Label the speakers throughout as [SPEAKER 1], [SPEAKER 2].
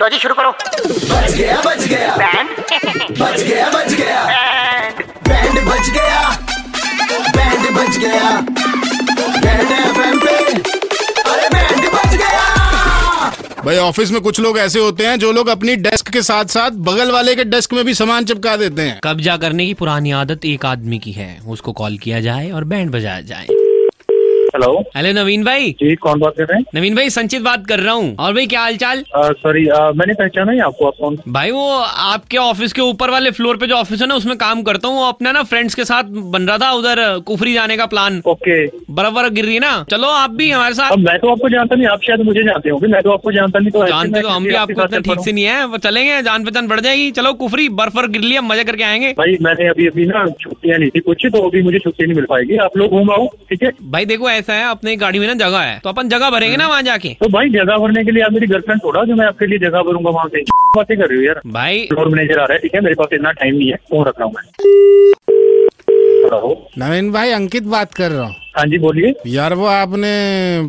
[SPEAKER 1] लो जी शुरू करो
[SPEAKER 2] बच गया बच गया
[SPEAKER 1] बैंड
[SPEAKER 2] बच गया बच गया बैंड बच गया बैंड बच गया बैंड एफएम पे अरे बैंड बच गया
[SPEAKER 3] भाई ऑफिस में कुछ लोग ऐसे होते हैं जो लोग अपनी डेस्क के साथ साथ बगल वाले के डेस्क में भी सामान चिपका देते हैं
[SPEAKER 4] कब्जा करने की पुरानी आदत एक आदमी की है उसको कॉल किया जाए और बैंड बजाया जाए
[SPEAKER 5] हेलो
[SPEAKER 4] हेलो नवीन भाई
[SPEAKER 5] जी कौन बात कर रहे हैं
[SPEAKER 4] नवीन भाई संचित बात कर रहा हूँ और भाई क्या हाल चाल
[SPEAKER 5] अ, सॉरी अ, मैंने पहचाना ही आपको आप कौन
[SPEAKER 4] भाई वो आपके ऑफिस के ऊपर वाले फ्लोर पे जो ऑफिस है ना उसमें काम करता हूँ वो अपना ना फ्रेंड्स के साथ बन रहा था उधर कुफरी जाने का प्लान
[SPEAKER 5] ओके
[SPEAKER 4] बर्फ बर्फ गिर रही है ना चलो आप भी हमारे साथ
[SPEAKER 5] अब मैं तो आपको जानता नहीं आप शायद मुझे जानते होंगे मैं तो आपको जानता नहीं तो ऐसे
[SPEAKER 4] जानते
[SPEAKER 5] मैं
[SPEAKER 4] तो हम
[SPEAKER 5] कैसे
[SPEAKER 4] भी
[SPEAKER 5] आपके
[SPEAKER 4] आपको
[SPEAKER 5] साथ
[SPEAKER 4] इतना
[SPEAKER 5] चल
[SPEAKER 4] ठीक से
[SPEAKER 5] पाऊं?
[SPEAKER 4] नहीं है वो चलेंगे जान पहचान बढ़ जाएगी चलो कुफरी बर्फ बर्फ गिर लिया मजा करके आएंगे
[SPEAKER 5] भाई मैंने अभी अभी ना छुट्टियां ली थी कुछ तो अभी मुझे छुट्टी नहीं मिल पाएगी आप लोग घूम आओ ठीक है
[SPEAKER 4] भाई देखो ऐसा है अपने गाड़ी में ना जगह है तो अपन जगह भरेंगे ना वहाँ जाके
[SPEAKER 5] तो भाई जगह भरने के लिए आप मेरी गर्लफ्रेंड छोड़ा जो मैं आपके लिए जगह भरूंगा वहाँ पे बातें कर रही हो यार
[SPEAKER 4] भाई
[SPEAKER 5] फ्लोर मैनेजर आ रहा है ठीक है मेरे पास इतना टाइम नहीं है फोन रख रहा हूँ मैं हेलो
[SPEAKER 3] नवीन भाई अंकित बात कर रहा हूँ
[SPEAKER 5] हाँ जी बोलिए
[SPEAKER 3] यार वो आपने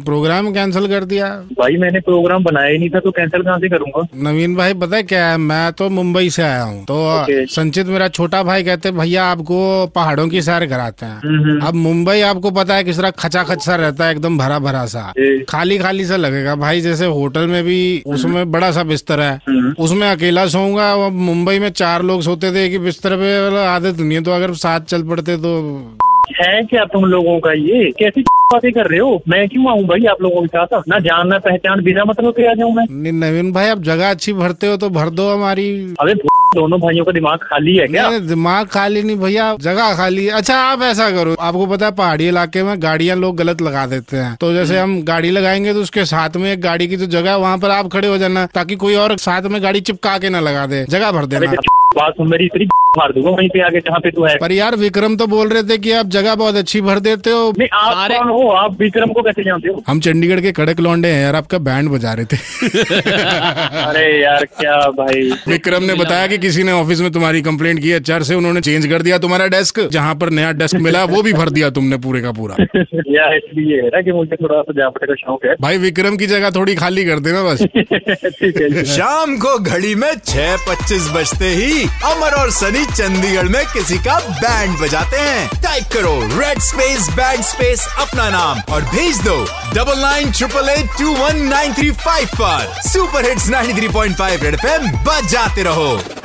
[SPEAKER 3] प्रोग्राम कैंसिल कर दिया
[SPEAKER 5] भाई मैंने प्रोग्राम बनाया ही नहीं था तो कैंसिल कहाँ से करूंगा
[SPEAKER 3] नवीन भाई पता है क्या है मैं तो मुंबई से आया हूँ तो
[SPEAKER 5] ओके।
[SPEAKER 3] संचित मेरा छोटा भाई कहते हैं, भैया आपको पहाड़ों की सैर कराते हैं अब मुंबई आपको पता है किस तरह खचाखच सा रहता है एकदम भरा भरा सा
[SPEAKER 5] जी।
[SPEAKER 3] खाली खाली सा लगेगा भाई जैसे होटल में भी उसमें बड़ा सा बिस्तर है उसमें अकेला सोऊंगा अब मुंबई में चार लोग सोते थे कि बिस्तर पे वाला आदत नहीं है तो अगर साथ चल पड़ते तो
[SPEAKER 5] है क्या तुम लोगों का ये कैसी बातें कर रहे हो मैं क्यों आऊँ भाई आप लोगों के साथ ना जानना पहचान बिना मतलब के आ जाऊँ मैं
[SPEAKER 3] नहीं, नवीन भाई आप जगह अच्छी भरते हो तो भर दो हमारी
[SPEAKER 5] अबे दोनों भाइयों का दिमाग खाली है क्या
[SPEAKER 3] नहीं, नहीं, दिमाग खाली नहीं भैया जगह खाली है अच्छा आप ऐसा करो आपको पता है पहाड़ी इलाके में गाड़ियां लोग गलत लगा देते हैं तो जैसे
[SPEAKER 5] हम्म।
[SPEAKER 3] हम गाड़ी लगाएंगे तो उसके साथ में एक गाड़ी की जो जगह है वहाँ पर आप खड़े हो जाना ताकि कोई और साथ में गाड़ी चिपका के ना लगा दे जगह भर
[SPEAKER 5] अरे
[SPEAKER 3] देना
[SPEAKER 5] बात सुन मेरी इतनी मार दूंगा वहीं पे आगे जहाँ पे तू है
[SPEAKER 3] पर यार विक्रम तो बोल रहे थे कि आप जगह बहुत अच्छी भर देते हो
[SPEAKER 5] नहीं आप
[SPEAKER 4] सारे-
[SPEAKER 5] कौन हो आप विक्रम को कैसे जानते हो
[SPEAKER 3] हम चंडीगढ़ के कड़क लौंडे हैं यार आपका बैंड बजा रहे थे
[SPEAKER 5] अरे यार क्या भाई
[SPEAKER 3] विक्रम ने बताया कि किसी ने ऑफिस में तुम्हारी कंप्लेंट की एचआर से उन्होंने चेंज कर दिया तुम्हारा डेस्क जहाँ पर नया डेस्क मिला वो भी भर दिया तुमने पूरे का पूरा
[SPEAKER 5] या इसलिए है ना कि मुझे थोड़ा सजावट का शौक है
[SPEAKER 3] भाई विक्रम की जगह थोड़ी खाली कर देना बस
[SPEAKER 5] ठीक है जी।
[SPEAKER 6] शाम को घड़ी में छह पच्चीस बजते ही अमर और सनी चंडीगढ़ में किसी का बैंड बजाते हैं टाइप करो रेड स्पेस बैंड स्पेस अपना नाम और भेज दो double nine triple eight two one nine three five पर super hits 93.5 three point five red F बजाते रहो